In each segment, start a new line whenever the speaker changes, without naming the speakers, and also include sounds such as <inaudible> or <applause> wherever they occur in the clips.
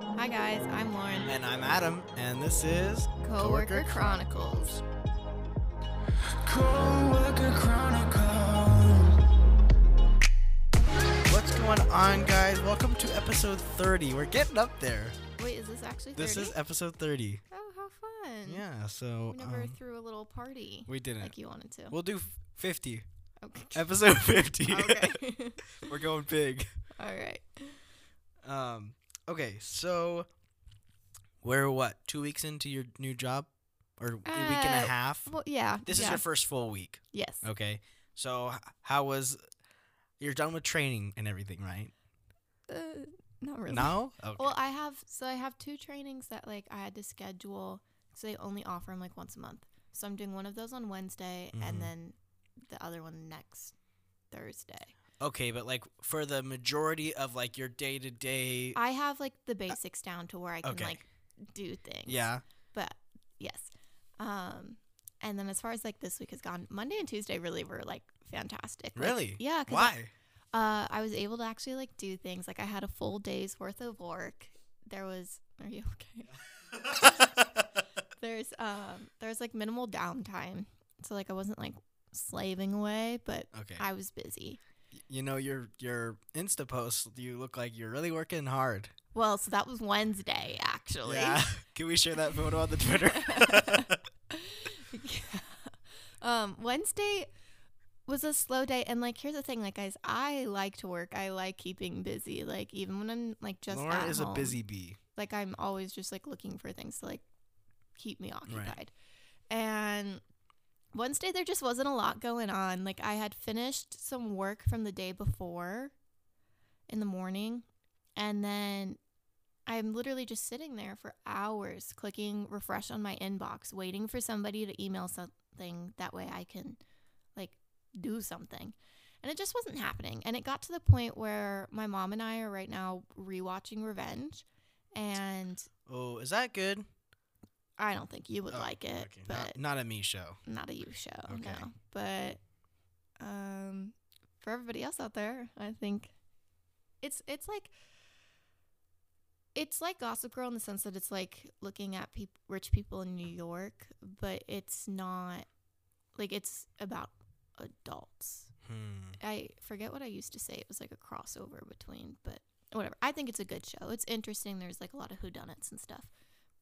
Hi guys, I'm Lauren.
And I'm Adam, and this is
Coworker Chronicles.
Coworker Chronicles. What's going on, guys? Welcome to episode 30. We're getting up there.
Wait, is this actually 30?
This is episode 30.
oh, how fun!
Yeah, so
We never
um,
threw a little party
we didn't.
like you wanted to.
We'll do f- 50. <laughs>
okay.
Episode
<laughs>
50.
okay.
<laughs> We're going big.
All right.
Um, okay, so we're what? Two weeks into your new job? Or a week and
Uh,
a half?
Well, yeah.
This is
yeah.
your Oh. first full week.
yes.
Okay. So h- how was you're done with training and everything, right?
Uh, not really.
No? Okay.
Well, I have so I have two trainings that like I had to schedule so they only offer them like once a month. So I'm doing one of those on Wednesday
Mhm.
and then the other one next Thursday.
okay, but like for the majority of like your day to day
I have like the basics down to where I can
Uh, okay.
like do things.
Yeah.
But yes. Um and then as far as like this week has gone, Monday and Tuesday really were like fantastic. Like,
Really?
yeah. 'cause I- <laughs>
Why?
uh, I was able to actually like do things. Like I had a full day's worth of work. There was. Are you <laughs> okay? there's um there's like minimal downtime so like i wasn't like slaving away but
okay.
i was busy
Y- you know your your Insta posts, you look like you're really working hard.
well so that was wednesday actually
Yeah. <laughs> Can we share that photo on
<laughs>
the Twitter?
Yeah. <laughs> um wednesday was a slow day and like here's the thing like guys i like to work i like keeping busy like even when i'm like just
Lauren
at
is
home.
a busy bee.
like I'm always just like looking for things to like keep me occupied. And Wednesday there just wasn't a lot going on. Like I had finished some work from the day before in the morning and then I'm literally just sitting there for hours clicking refresh on my inbox waiting for somebody to email something that way I can like do something. And it just wasn't happening. And it got to the point where my mom and I are right now rewatching Revenge and
Oh, is that good?
I don't think you would
Oh,
like it,
okay.
but
Not, not a me show.
not, a you show.
Okay.
No. But um for everybody else out there, I think it's it's like it's like Gossip Girl in the sense that it's like looking at peop rich people in New York, but it's not like it's about adults.
Hmm.
I forget what I used to say. It was like a crossover between, but whatever. I think it's a good show. It's interesting. There's like a lot of whodunits and stuff.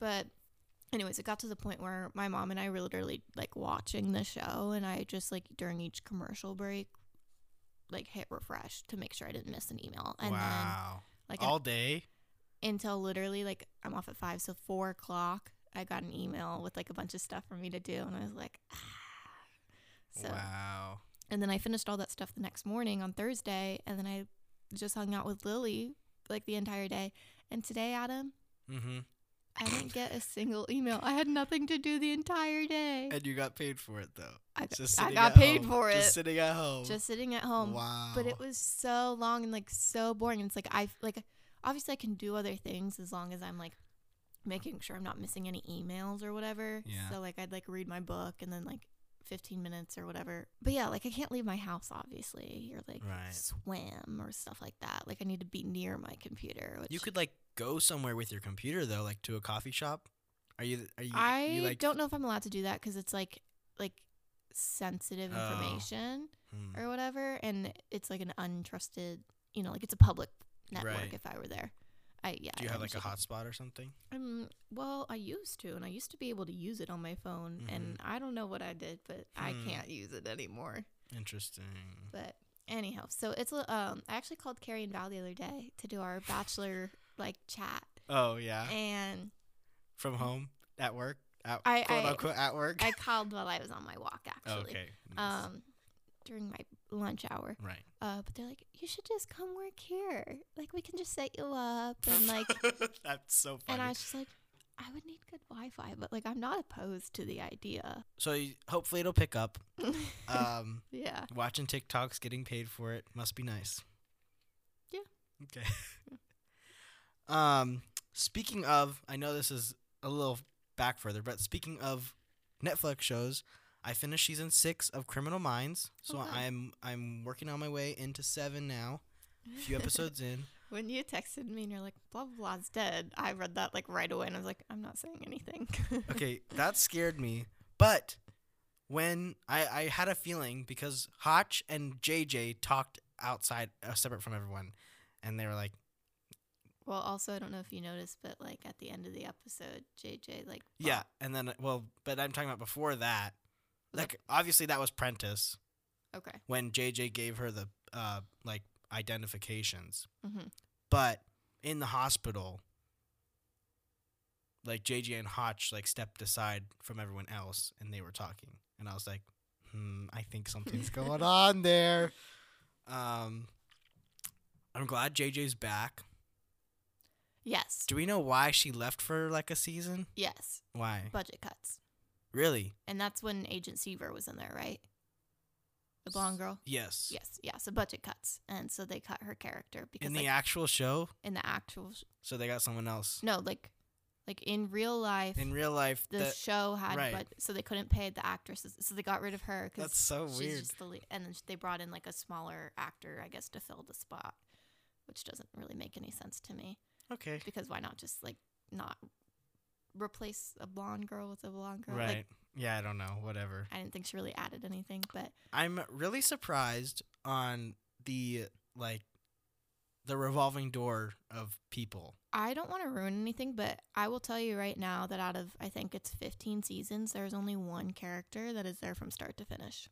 But, anyways, it got to the point where my mom and I were literally like watching the show, and I just like during each commercial break, like hit refresh to make sure I didn't miss an email, and then
wow.
like an-
All day?
until literally like I'm off at five, so four o'clock. I got an email with like a bunch of stuff for me to do, and I was like, ah. so
wow.
and then I finished all that stuff the next morning on Thursday, and then I just hung out with Lily like the entire day. And today, Adam,
Mm-hmm.
I didn't get a single email. I had nothing to do the entire day.
And you got paid for it though.
I got,
Just
I
sitting
got
at
paid
home.
for it.
Just
Just,
sitting at home.
sitting at home.
Wow.
But it was so long and like so boring. And it's like I like obviously I can do other things as long as I'm like making sure I'm not missing any emails or whatever.
Yeah.
So like I'd like read my book and then like 15 minutes or whatever. But yeah, like I can't leave my house obviously. You're like
Right.
swim or stuff like that. Like I need to be near my computer. Which
You could like go somewhere with your computer though, like to a coffee shop. Are you? Are you?
I
you, like,
don't know if I'm allowed to do that cuz it's like like sensitive
Oh.
information.
Hmm.
or whatever and it's like an untrusted you know like it's a public network
Right.
if i were there i yeah
Do you
I
have like a
usually-
hotspot or something?
um well i used to and i used to be able to use it on my phone and i don't know what i did but i
Mm-hmm. Hmm.
can't use it anymore
Interesting.
but anyhow so it's a- um i actually called carrie and val the other day to do our bachelor like chat
Oh yeah.
and
From home, at work, at
I-
quote
I-
unquote at work. Oh,
i called while i was on my walk actually
okay. nice.
um during my lunch hour
right.
uh but they're like you should just come work here like we can just set you
<laughs>
up and like
that's so funny.
And I was just like, I would need good Wi Fi, but like, I'm not opposed to the idea.
so you, hopefully it'll pick
<laughs>
up. Um,
yeah.
watching TikToks, getting paid for it must be nice.
Yeah.
Okay. <laughs> um, speaking of, I know this is a little back further, but speaking of Netflix shows, I finished season six of Criminal Minds, so
Oh, good.
I'm I'm working on my way into seven now, a few episodes in.
<laughs> When you texted me and you're like, blah, blah, blah's dead, I read that like right away and I was like, I'm not saying anything. <laughs>
Okay, that scared me. But when I, I had a feeling because Hotch and JJ talked outside, uh, separate from everyone, and they were like,
well, also, I don't know if you noticed, but like at the end of the episode, JJ, like,
yeah. And then, well, but I'm talking about before that. Like, obviously, that was Prentice
blah- okay.
when JJ gave her the, uh, like, identifications.
hmm
But in the hospital, like, JJ and Hotch, like, stepped aside from everyone else and they were talking. And I was like, hmm, I
<laughs>
think something's going on there. Um, I'm glad JJ's back.
Yes.
Do we know why she left for like a season?
Yes.
Why?
Budget cuts.
really?
And that's when Agent Seaver was in there, right? The blonde girl?
Yes.
Yes. Yeah. So budget cuts. And so they cut her character because
In
like,
the actual show,
in the actual, sh-
so they got someone else.
no, like, like in real life,
In real life,
the
that-
show had,
right.
but so they couldn't pay the actresses, so they got rid of her
that's
because
so
she's
weird.
just the lead, and then sh- they brought in like a smaller actor, I guess, to fill the spot, which doesn't really make any sense to me
Okay.
because why not just like not replace a blonde girl with a blonde girl?
Right.
Like,
yeah, I don't know. Whatever.
I didn't think she really added anything, but
I'm really surprised on the like the revolving door of people.
I don't want to ruin anything, but I will tell you right now that out of I think it's 15 seasons, there's only one character that is there from start to finish.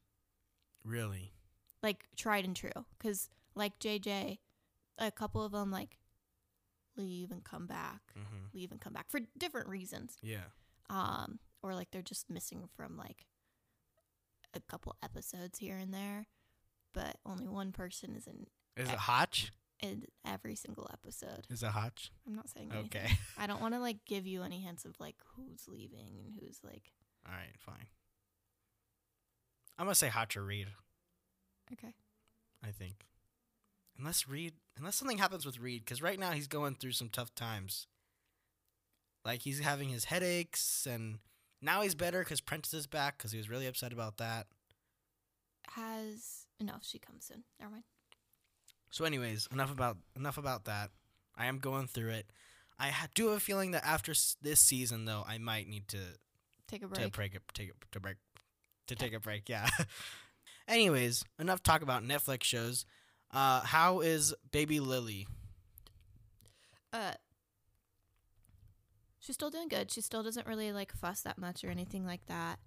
Really?
Like tried and true cuz like JJ, a couple of them like leave and come back,
Mm-hmm.
leave and come back for different reasons.
Yeah.
Um or like they're just missing from like a couple episodes here and there, but only one person is in
Is it Hotch?
in every single episode.
Is it Hotch?
I'm not saying anything.
Okay. <laughs>
I don't want to like give you any hints of like who's leaving and who's like
All right. Fine. I'm gonna say Hotch or Reed.
okay.
I think. Unless Reed, unless something happens with Reed, because right now he's going through some tough times. Like he's having his headaches, and now he's better because Prentice is back because he was really upset about that.
Has no, she comes soon. Never mind.
So, anyways, enough about enough about that. I am going through it. I ha- do have a feeling that after s- this season, though, I might need to
Take a
to
break.
break it, take it, to break, to take a break. Yeah. <laughs> anyways, enough talk about Netflix shows. Uh, how is Baby Lily?
Uh She's still doing good. She still doesn't really like fuss that much or anything like that.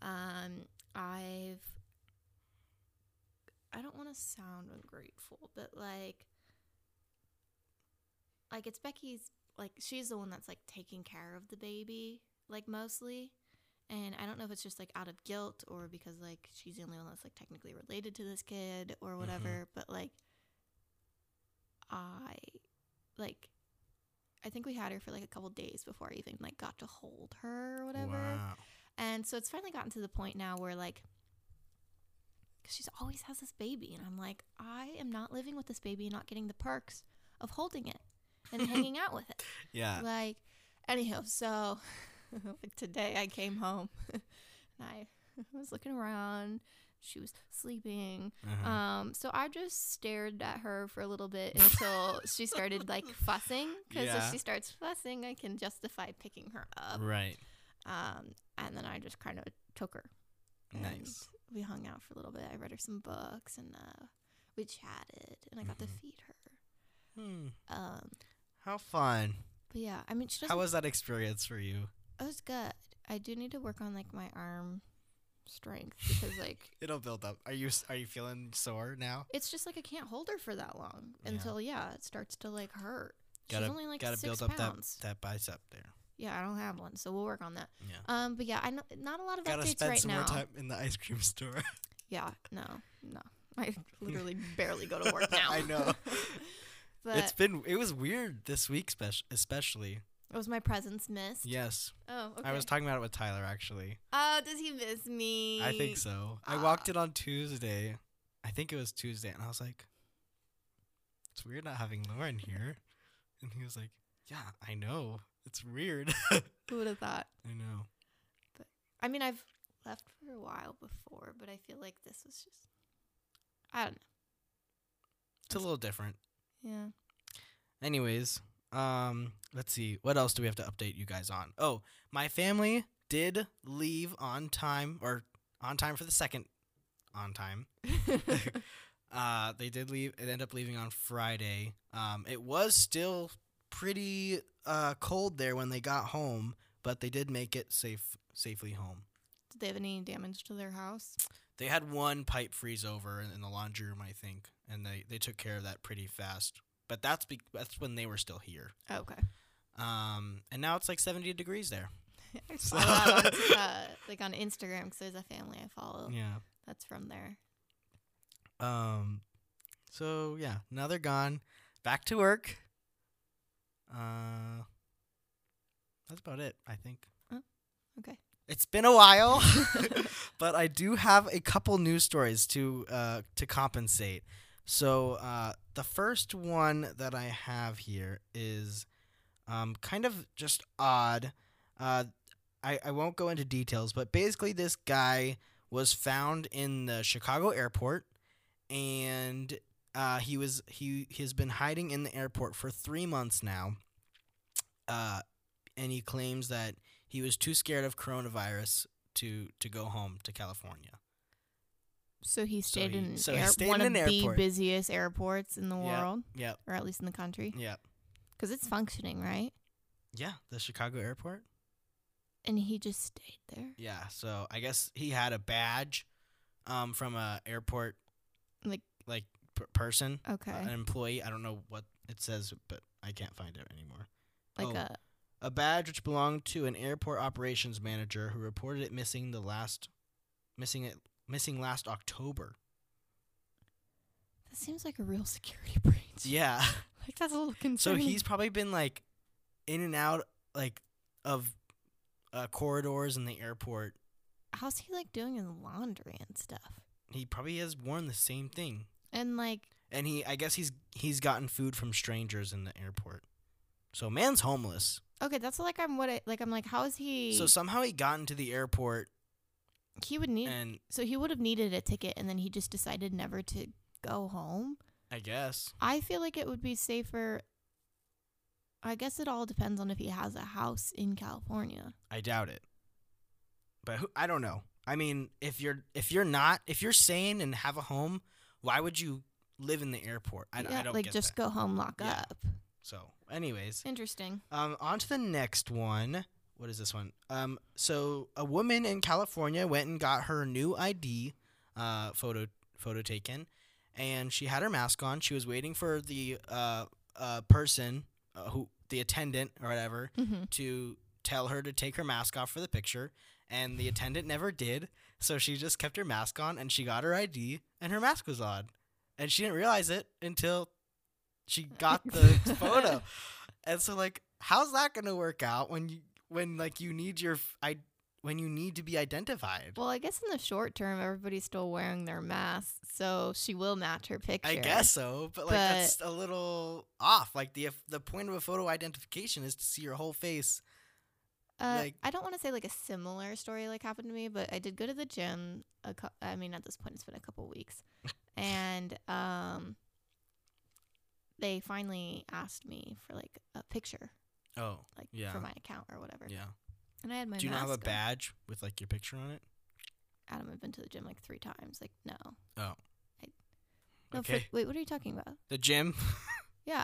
Um I've I don't want to sound ungrateful, but like like it's Becky's like she's the one that's like taking care of the baby like mostly. And I don't know if it's just like out of guilt or because like she's the only one that's like technically related to this kid or whatever, but like I like I think we had her for like a couple days before I even like got to hold her or whatever.
Wow.
And so it's finally gotten to the point now where like cuz she's always has this baby and I'm like I am not living with this baby and not getting the perks of holding it and hanging out with it.
Yeah.
Like, anyhow, so <laughs> today I came home <laughs> and I <laughs> was looking around. She was sleeping.
Uh-huh.
Um, so I just stared at her for a little bit until she started like fussing. Because
Yeah.
if she starts fussing, I can justify picking her up.
Right.
Um, and then I just kind of took her. And
Nice.
We hung out for a little bit. I read her some books and uh, we chatted, and I got to
Mhm.
feed her.
Hmm.
Um,
How fun.
but yeah, I mean, she doesn't
How was that experience for you?
It was good. I do need to work on like my arm strength because like
It'll build up. Are you s- are you feeling sore now?
it's just like I can't hold her for that long
Yeah.
until yeah, it starts to like hurt.
Gotta-
She's only like
gotta
six
build up that-
pounds.
That bicep there.
Yeah, I don't have one, so we'll work on that.
Yeah.
Um, but yeah, I know, not a lot of
Gotta
updates
spend
right
some
now.
more time in the ice cream <laughs> store.
Yeah, no, no, I <laughs>
<laughs>
literally barely go to work now.
I know.
<laughs> but
it's been it was weird this week spec- especially.
it was my presence missed.
Yes.
Oh, okay.
I was talking about it with Tyler actually.
oh, does he miss me?
I think so. I walked in on Tuesday. I think it was Tuesday and I was like It's weird not having Lauren here. And he was like, "Yeah, I know. It's weird." <laughs> I
Who would have thought?
know.
I mean, I've left for a while before, but I feel like this was just. I don't
It's a little different.
know. Yeah.
Anyways, um, let's see. What else do we have to update you guys on? Oh, my family did leave on time or on time for the second on time. <laughs> Uh, they did leave. It ended up leaving on Friday. Um, it was still pretty uh, cold there when they got home, but they did make it safe safely home.
<laughs> Did they have any damage to their house?
They had one pipe freeze over in, in the laundry room, I think, and they, they took care of that pretty fast. But that's be- that's when they were still here.
okay.
Um, and now it's like 70 degrees there.
<laughs> I saw that
<laughs>
on, uh, like on Instagram because there's a family I follow
Yeah.
that's from there.
Um, so yeah, now they're gone. Back to work. Uh, that's about it, I think.
Oh, okay.
It's been
<laughs>
a while, <laughs> but I do have a couple news stories to uh, to compensate. So uh, the first one that I have here is um, kind of just odd. Uh, I, I won't go into details, but basically, this guy was found in the Chicago airport and uh, he was he he has been hiding in the airport for three months now. Uh, and he claims that he was too scared of coronavirus to to go home to California.
So he
So
stayed
he-
in
so he
air-
stayed
one of
in an
the
airport.
busiest airports in the
Yeah. Mm.
world,
Yep,
or at least in the country,
yep,
because it's functioning, right?
yeah. The Chicago airport.
And he just stayed there,
Yeah. So I guess he had a badge, um, from a airport
like
like p- person,
okay,
an employee. I don't know what it says, but I can't find it anymore.
like
oh.
a
a badge which belonged to an airport operations manager who reported it missing the last missing it missing last October.
that seems like a real security <laughs> breach.
Yeah.
like that's a little
so
concerning.
he's probably been like in and out like of uh, corridors in the airport.
how's he like doing his laundry and stuff,
He probably has worn the same thing.
and like
And he I guess he's he's gotten food from strangers in the airport. So man's homeless.
okay, that's like I'm what I like I'm like how is he?
So somehow he got into the airport
he would need
and
so he would have needed a ticket, and then he just decided never to go home.
I guess
I feel like it would be safer. I guess it all depends on if he has a house in California.
I doubt it. But who, I don't know. I mean, if you're if you're not if you're sane and have a home, why would you live in the airport? I, I don't
like
get
just
that.
go home, lock
Yeah.
up.
So, anyways,
<laughs> Interesting.
um, on to the next one. What is this one? Um, so a woman in California went and got her new ID, uh, photo photo taken, and she had her mask on. She was waiting for the uh, uh person uh, who the attendant or whatever
hmm
to tell her to take her mask off for the picture, and the attendant never did. So she just kept her mask on, and she got her ID, and her mask was on, and she didn't realize it until she got
<laughs>
the photo. And so, like, how's that gonna work out when you when like you need your f- I when you need to be identified?
Well, I guess in the short term, everybody's still wearing their masks, so she will match her picture.
I guess so, but like
But-
that's a little off. Like the the point of a photo identification is to see your whole face.
Uh,
like-
I don't want to say like a similar story like happened to me, but I did go to the gym. A cou- I mean, at this point, it's been a couple
<laughs>
weeks, and um, they finally asked me for like a picture,
Oh,
like
Yeah.
for my account or whatever.
yeah.
And I had my
Do you not
mask
have a
on.
badge with like your picture on it?
Adam, I've been to the gym like three times. Like, no.
Oh.
I, no, for-
Okay.
wait, what are you talking about?
The gym.
Yeah.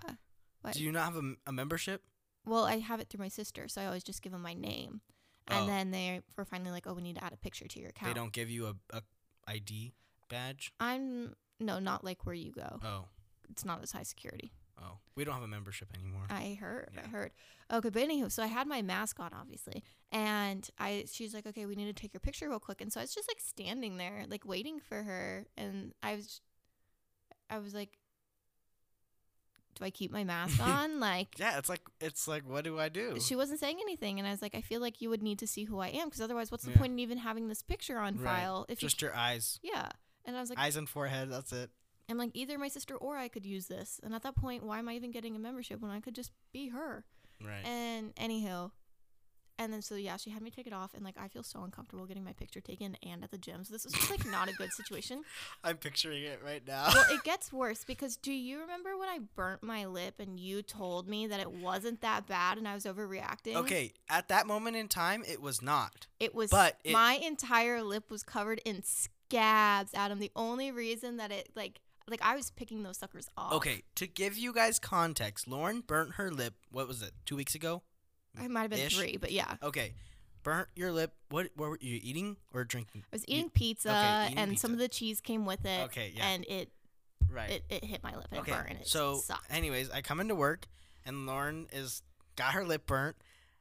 What?
Do you not have a, m- a membership?
Well, I have it through my sister, so I always just give them my name. And
Oh.
then they were finally like, oh, we need to add a picture to your account.
They don't give you a, a ID badge.
I'm, no, not like where you go.
Oh,
It's not as high security.
oh, we don't have a membership anymore.
I heard. I
Yeah.
heard. Okay, but anywho, so I had my mask on, obviously, and I she's like, okay, we need to take your picture real quick, and so I was just like standing there, like waiting for her, and I was, I was like, do I keep my
<laughs>
mask on? like,
yeah, it's like it's like what do I do?
she wasn't saying anything, and I was like, I feel like you would need to see who I am, because otherwise, what's the
Yeah.
point in even having this picture on
Right.
file if
Just your eyes,
you? Yeah. And I was like,
eyes and forehead. That's it.
I'm like, either my sister or I could use this. And at that point, why am I even getting a membership when I could just be her?
Right.
And anyhow, And then so yeah, she had me take it off, and like I feel so uncomfortable getting my picture taken and at the gym. So this was just like not a good
<laughs>
situation.
I'm picturing it right now. <laughs>
Well, it gets worse because do you remember when I burnt my lip and you told me that it wasn't that bad and I was overreacting?
okay, at that moment in time, it was not.
It was
But it-
my entire lip was covered in scabs, Adam. The only reason that it like like I was picking those suckers off.
Okay, to give you guys context, Lauren burnt her lip. What was it? Two weeks ago.
I might have been
Ish.
three, but yeah.
Okay, burnt your lip. What? What were you eating or drinking?
I was
You-
eating pizza
okay, eating
and
pizza.
some of the cheese came with it.
Okay, yeah.
And it,
Right.
it it hit my lip and it burnt and it
so,
sucked.
anyways, I come into work and Lauren is got her lip burnt,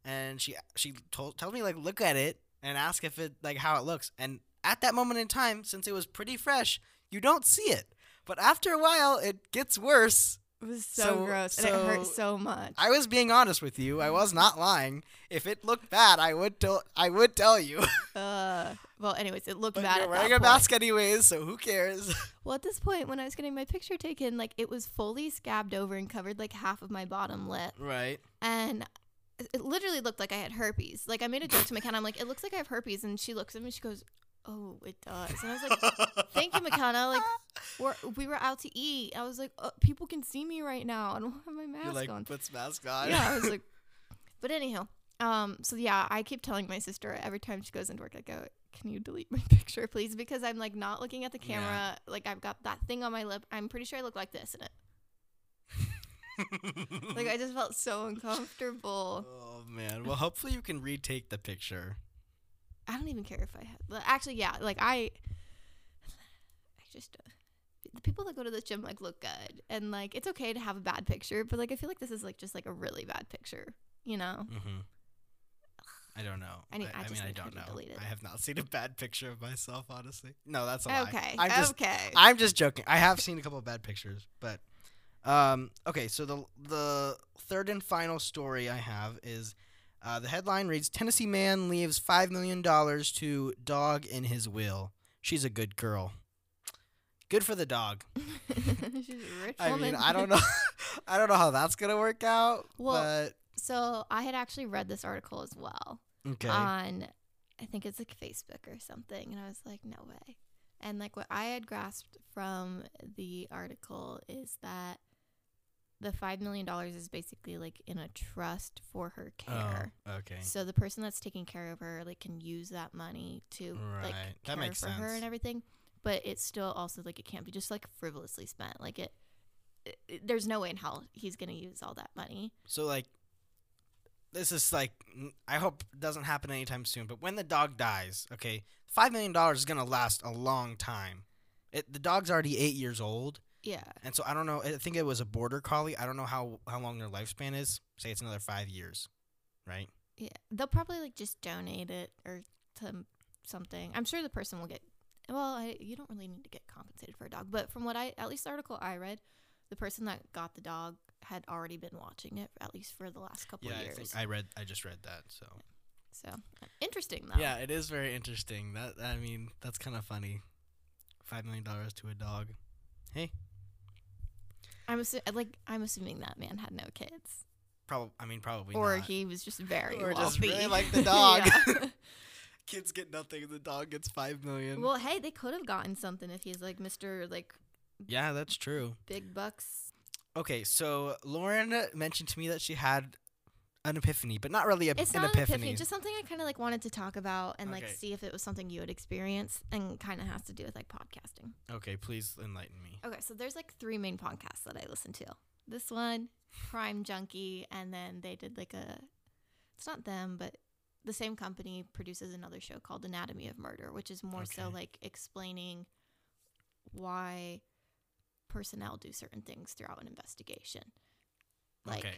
and she she told tells me like look at it and ask if it like how it looks. And at that moment in time, since it was pretty fresh, you don't see it. But after a while, it gets worse.
It was so,
so so-
gross and it hurt
so-
so much.
I was being honest with you. I was not lying. If it looked bad, I would tell I would
<laughs>
tell you.
Uh, well, anyways, it looked
but
bad
you're
at
wearing
that
a
point.
mask anyways, so who cares? <laughs>
Well, at this point, when I was getting my picture taken, like it was fully scabbed over and covered like half of my bottom lip,
right.
and it- it literally looked like I had herpes. Like I made a joke to McKenna, I'm like, "It looks like I have herpes," and she looks at me, she goes, "Oh, it does." And I was like,
<laughs>
"Thank you, McKenna." Like we're, we were out to eat, I was like, uh, "People can see me right now. I don't have my mask
You're like
on."
puts mask on.
yeah,
<laughs>
I was like, but anyhow, um, so yeah, I keep telling my sister every time she goes into work, I go, can you delete my <laughs> picture, please? Because I'm like not looking at the
Yeah.
camera. Like I've got that thing on my lip. I'm pretty sure I look like this in it. Like I just felt so uncomfortable.
Oh man. Well, hopefully you can retake the picture.
I don't even care if I had. but Actually, yeah, like I, I just. Uh, the people that go to the gym like look good and like it's okay to have a bad picture but like i feel like this is like just like a really bad picture you know
Mm-hmm. I don't know.
I need- I
I
just
mean, I
need her
don't
to
know.
delete it.
I have not seen a bad picture of myself, honestly. No, that's a lie.
okay
I'm just,
okay
I'm just joking. I have seen a couple of bad pictures, but um, okay. So the the third and final story I have is uh, the headline reads: Tennessee man leaves five million dollars to dog in his will. She's a good girl. Good for the dog.
<laughs> She's a rich
I
woman.
mean, I don't
<laughs>
know. <laughs> I don't know how that's gonna work out.
Well, So I had actually read this article as well
but okay.
on, I think it's like Facebook or something, and I was like, no way. And like what I had grasped from the article is that the five million dollars is basically like in a trust for her care.
Oh, okay.
So the person that's taking care of her like can use that money to like
Right. That
care
makes
for her
sense.
and everything. But it's still also like it can't be just like frivolously spent. Like it, it, it- there's no way in hell he's gonna use all that money.
So like, this is like, n- I hope it doesn't happen anytime soon. But when the dog dies, okay, five million dollars is gonna last a long time. It, the dog's already eight years old,
Yeah.
and so I don't know. I think it was a border collie. I don't know how how long their lifespan is. Say it's another five years, right?
Yeah, they'll probably like just donate it or to m- something. I'm sure the person will get. Well, I, you don't really need to get compensated for a dog, but from what I, at least the article I read, the person that got the dog had already been watching it at least for the last couple of
I think
years.
I read. I just read that. So
so interesting though.
yeah, it is very interesting. That I mean, that's kind of funny. Five million dollars to a dog.
I'm assu- like I'm assuming that man had no kids,
Probably. I mean, probably.
or
not.
he was just very
Or just
wealthy.
really <laughs>
<laughs>
like the dog.
Yeah.
kids get nothing. The dog gets five million.
well, hey, they could have gotten something if he's like Mister like
yeah, that's true.
big bucks.
Okay, so Lauren mentioned to me that she had an epiphany, but not really a,
It's
an
not
epiphany.
an epiphany, just something I kind of like wanted to talk about and like
Okay.
see if it was something you would experience and kind of has to do with like podcasting.
okay, please enlighten me.
Okay, so there's like three main podcasts that I listen to. This one, Crime Junkie, and then they did like a it's not them, but the same company produces another show called Anatomy of Murder, which is more so
Okay.
like explaining why personnel do certain things throughout an investigation. Like
okay,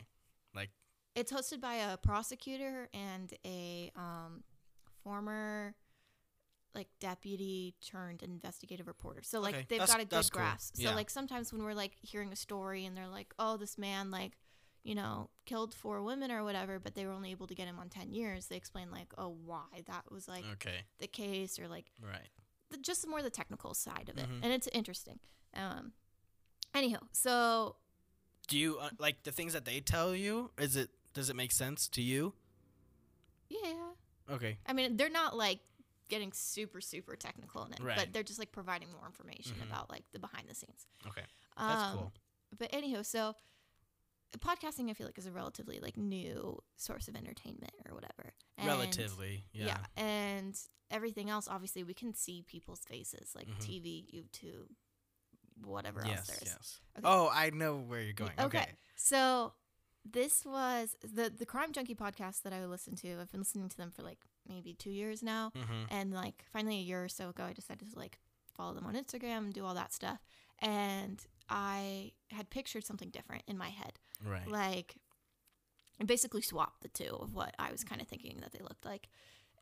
like
it's hosted by a prosecutor and a um, former like deputy turned investigative reporter. So like
Okay,
they've
that's-
got a
that's
good
cool.
grasp. So
Yeah.
like sometimes when we're like hearing a story and they're like, "Oh, this man like, you know, killed four women or whatever, but they were only able to get him on 10 years." They explain like, "Oh, why that was like
okay,
the case or like
right,
the, just more the technical side of it."
Mhm.
And it's interesting. Um anyhow, so
do you uh, like the things that they tell you? Is it does it make sense to you?
Yeah.
Okay.
I mean, they're not like getting super super technical in it,
Right.
but they're just like providing more information
Mhm.
about like the behind the scenes.
Okay. That's
Um,
cool.
But anywho, so podcasting I feel like is a relatively like new source of entertainment or whatever. And-
Relatively. Yeah.
And everything else, obviously, we can see people's faces like
Mhm.
TV, YouTube, whatever else
Yes.
there is.
Yes.
Okay.
Oh, I know where you're going.
Yeah,
Okay.
So this was the the Crime Junkie podcast that I listened to. I've been listening to them for like maybe two years now,
Mm-hmm.
and like finally a year or so ago, I decided to like follow them on Instagram and do all that stuff. And I had pictured something different in my head,
Right.
like I basically swapped the two of what I
Mm.
was kind of thinking that they looked like,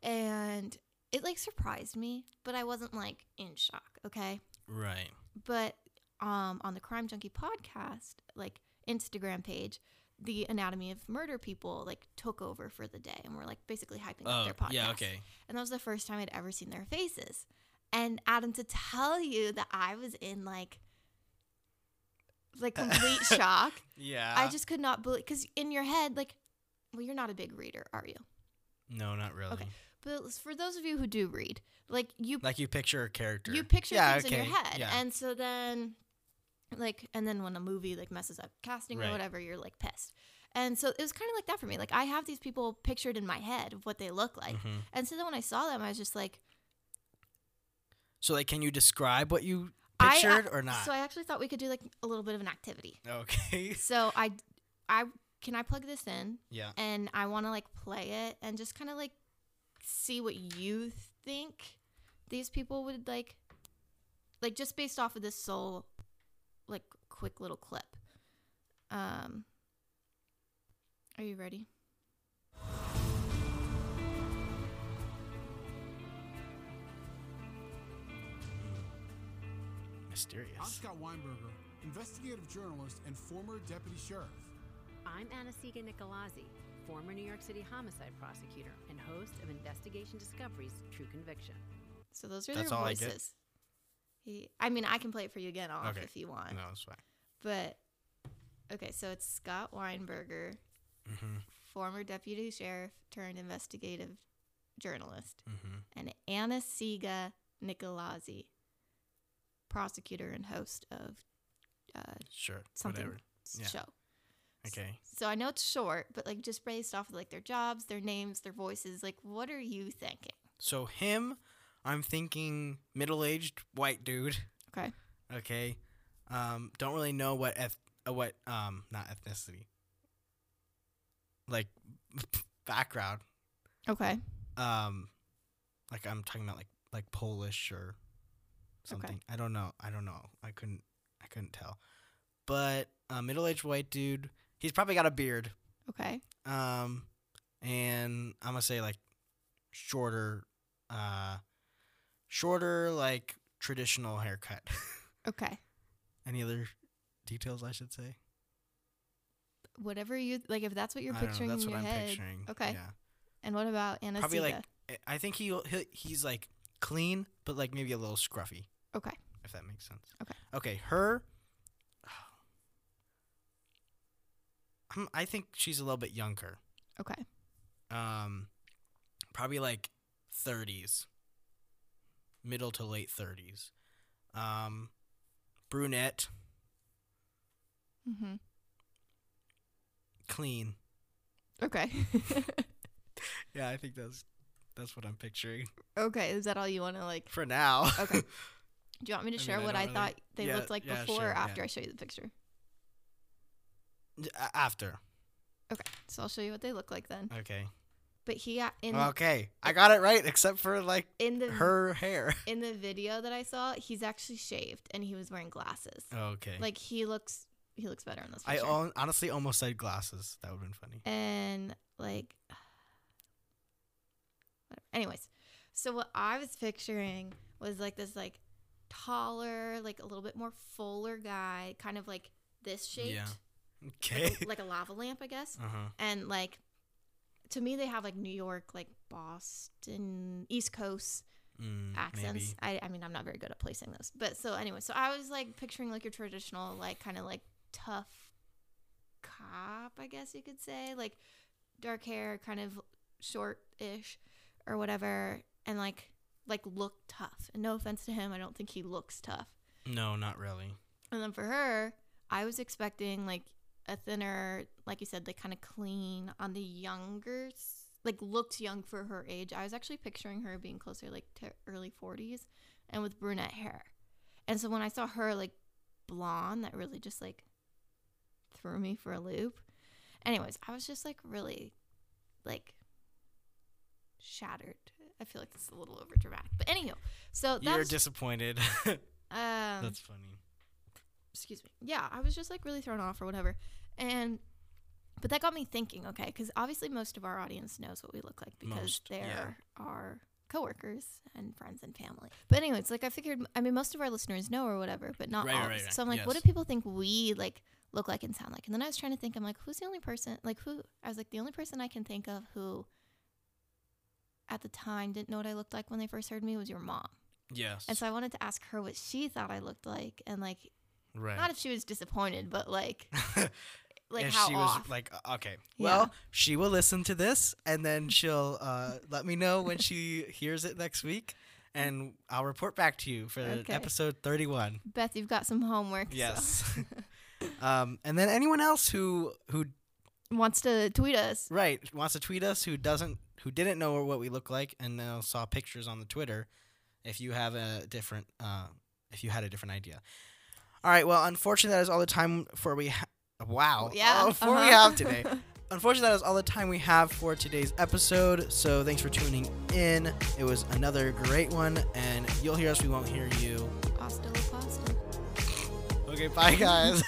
and it like surprised me, but I wasn't like in shock. Okay,
right.
but um, on the Crime Junkie podcast, like Instagram page, the Anatomy of Murder people like took over for the day and were like basically hyping up
Oh,
their podcast.
yeah. Okay.
And that was the first time I'd ever seen their faces. And Adam, to tell you that I was in like
<laughs>
like complete shock,
Yeah.
I just could not believe because in your head, like, well, you're not a big reader, are you?
no, not really.
Okay. But for those of you who do read, like you
Like you picture a character.
you picture
Yeah,
things in
okay,
your head.
yeah.
And so then like and then when a movie like messes up casting
Right.
or whatever, you're like pissed. And so it was kind of like that for me. Like I have these people pictured in my head of what they look like.
Mhm.
And so then when I saw them, I was just like
So like, can you describe what you
I- uh,
pictured or not?
so I actually thought we could do like a little bit of an activity.
okay. <laughs>
So I I can I plug this in
yeah.
and I want to like play it and just kind of like see what you think these people would like like just based off of this soul like quick little clip. Um Are you ready?
Mysterious.
Scott Weinberger, investigative journalist and former deputy sheriff.
I'm Anasika Nicolazzi, former New York City homicide prosecutor and host of Investigation Discovery's True Conviction.
So those are
That's
their
all I get?
voices. He, I mean, I can play it for you again off
Okay.
if you want.
No, it's fine.
But okay, so it's Scott Weinberger,
Mm-hmm.
former deputy sheriff turned investigative journalist.
Mm-hmm.
and Anna Siga Nicolazzi, prosecutor and host of uh,
Sure.
Something.
Whatever.
s-
Yeah.
show.
Okay.
So I know it's short, but like just based off of like their jobs, their names, their voices, like what are you thinking?
So him, I'm thinking middle-aged white dude.
Okay.
Okay. Um, don't really know what eth- uh, what um not ethnicity. Like <laughs> background.
Okay.
Um, like I'm talking about like like Polish or something. I don't know. I don't know. I couldn't. I couldn't tell. But uh, middle-aged white dude. He's probably got a beard.
Okay.
Um, and I'm gonna say like shorter, uh, shorter like traditional haircut. <laughs>
Okay.
Any other details I should say?
Whatever you like, if that's what you're
I don't know,
picturing
That's
in
what
your
I'm
head.
picturing.
Okay.
Yeah.
And what about Anna
Probably
Siga?
like I- I think he he he's like clean, but like maybe a little scruffy.
Okay.
If that makes sense.
Okay.
Okay. Her. <sighs> I'm, I think she's a little bit younger.
okay.
um probably like 30s middle to late 30s um brunette
Mm-hmm.
clean
Okay. <laughs>
yeah i think that's that's what i'm picturing <laughs>
okay. Is that all you want to like?
for now
Okay. Do you want me to
I mean,
share
I
what
don't
I
really-
thought they
Yeah,
looked like
yeah,
before
sure,
or
yeah.
after I show you the picture?
A- after
Okay. So I'll show you what they look like then.
okay
But he a- in
okay i got it right except for like
in the
Uh, her hair <laughs>
in the video that I saw, he's actually shaved and he was wearing glasses.
okay
Like he looks he looks better in this
i
picture.
al- honestly almost said glasses that would have been
<laughs>
funny
and like <sighs> whatever. Anyways, so what I was picturing was like this like taller, like a little bit more fuller guy, kind of like this shaped,
Yeah.
like
okay
a-
<laughs>
like a lava lamp, I guess.
uh-huh
and like to me they have like new york like boston east coast
Mm,
accents I, I mean i'm not very good at placing those but so anyway so i was like picturing like your traditional like kind of like tough cop i guess you could say like dark hair kind of short ish or whatever and like like look tough. And no offense to him, I don't think he looks tough.
No, not really.
And then for her, I was expecting like a thinner, like you said, like kind of clean on the younger, s- like looked young for her age. I was actually picturing her being closer like to early 40s and with brunette hair. And so when I saw her like blonde, that really just like threw me for a loop. Anyways, I was just like really like shattered. I feel like this is a little over dramatic. But anywho, so that's
You're disappointed.
um,
<laughs> That's funny.
excuse me. Yeah, I was just like really thrown off or whatever. And but that got me thinking, okay, because obviously most of our audience knows what we look like because
Most, yeah.
they're our coworkers and friends and family. But anyways, like I figured, I mean, most of our listeners know or whatever, but not
Right,
all.
right, right,
So I'm like, what do
yes.
people think we like look like and sound like? And then I was trying to think, I'm like, who's the only person? Like who? I was like, the only person I can think of who at the time didn't know what I looked like when they first heard me was your mom.
Yes.
And so I wanted to ask her what she thought I looked like and like
right.
not if she was disappointed, but
<laughs>
like like
if
how
she
off.
was like uh, okay
Yeah.
well she will listen to this and then she'll uh, let me
<laughs>
know when she hears it next week and i'll report back to you for
Okay.
episode 31
Beth, you've got some homework. so-
yes
<laughs>
um, and then anyone else who who
Wants to tweet us.
right wants to tweet us who doesn't who didn't know what we look like and now saw pictures on the twitter if you have a different uh, if you had a different idea all right well unfortunately that is all the time for we ha- wow <laughs>
Yeah,
uh, for we
uh-huh. <laughs>
have today unfortunately that is all the time we have for today's episode so thanks for tuning in it was another great one and you'll hear us we won't hear you
Hasta la pasta.
okay bye guys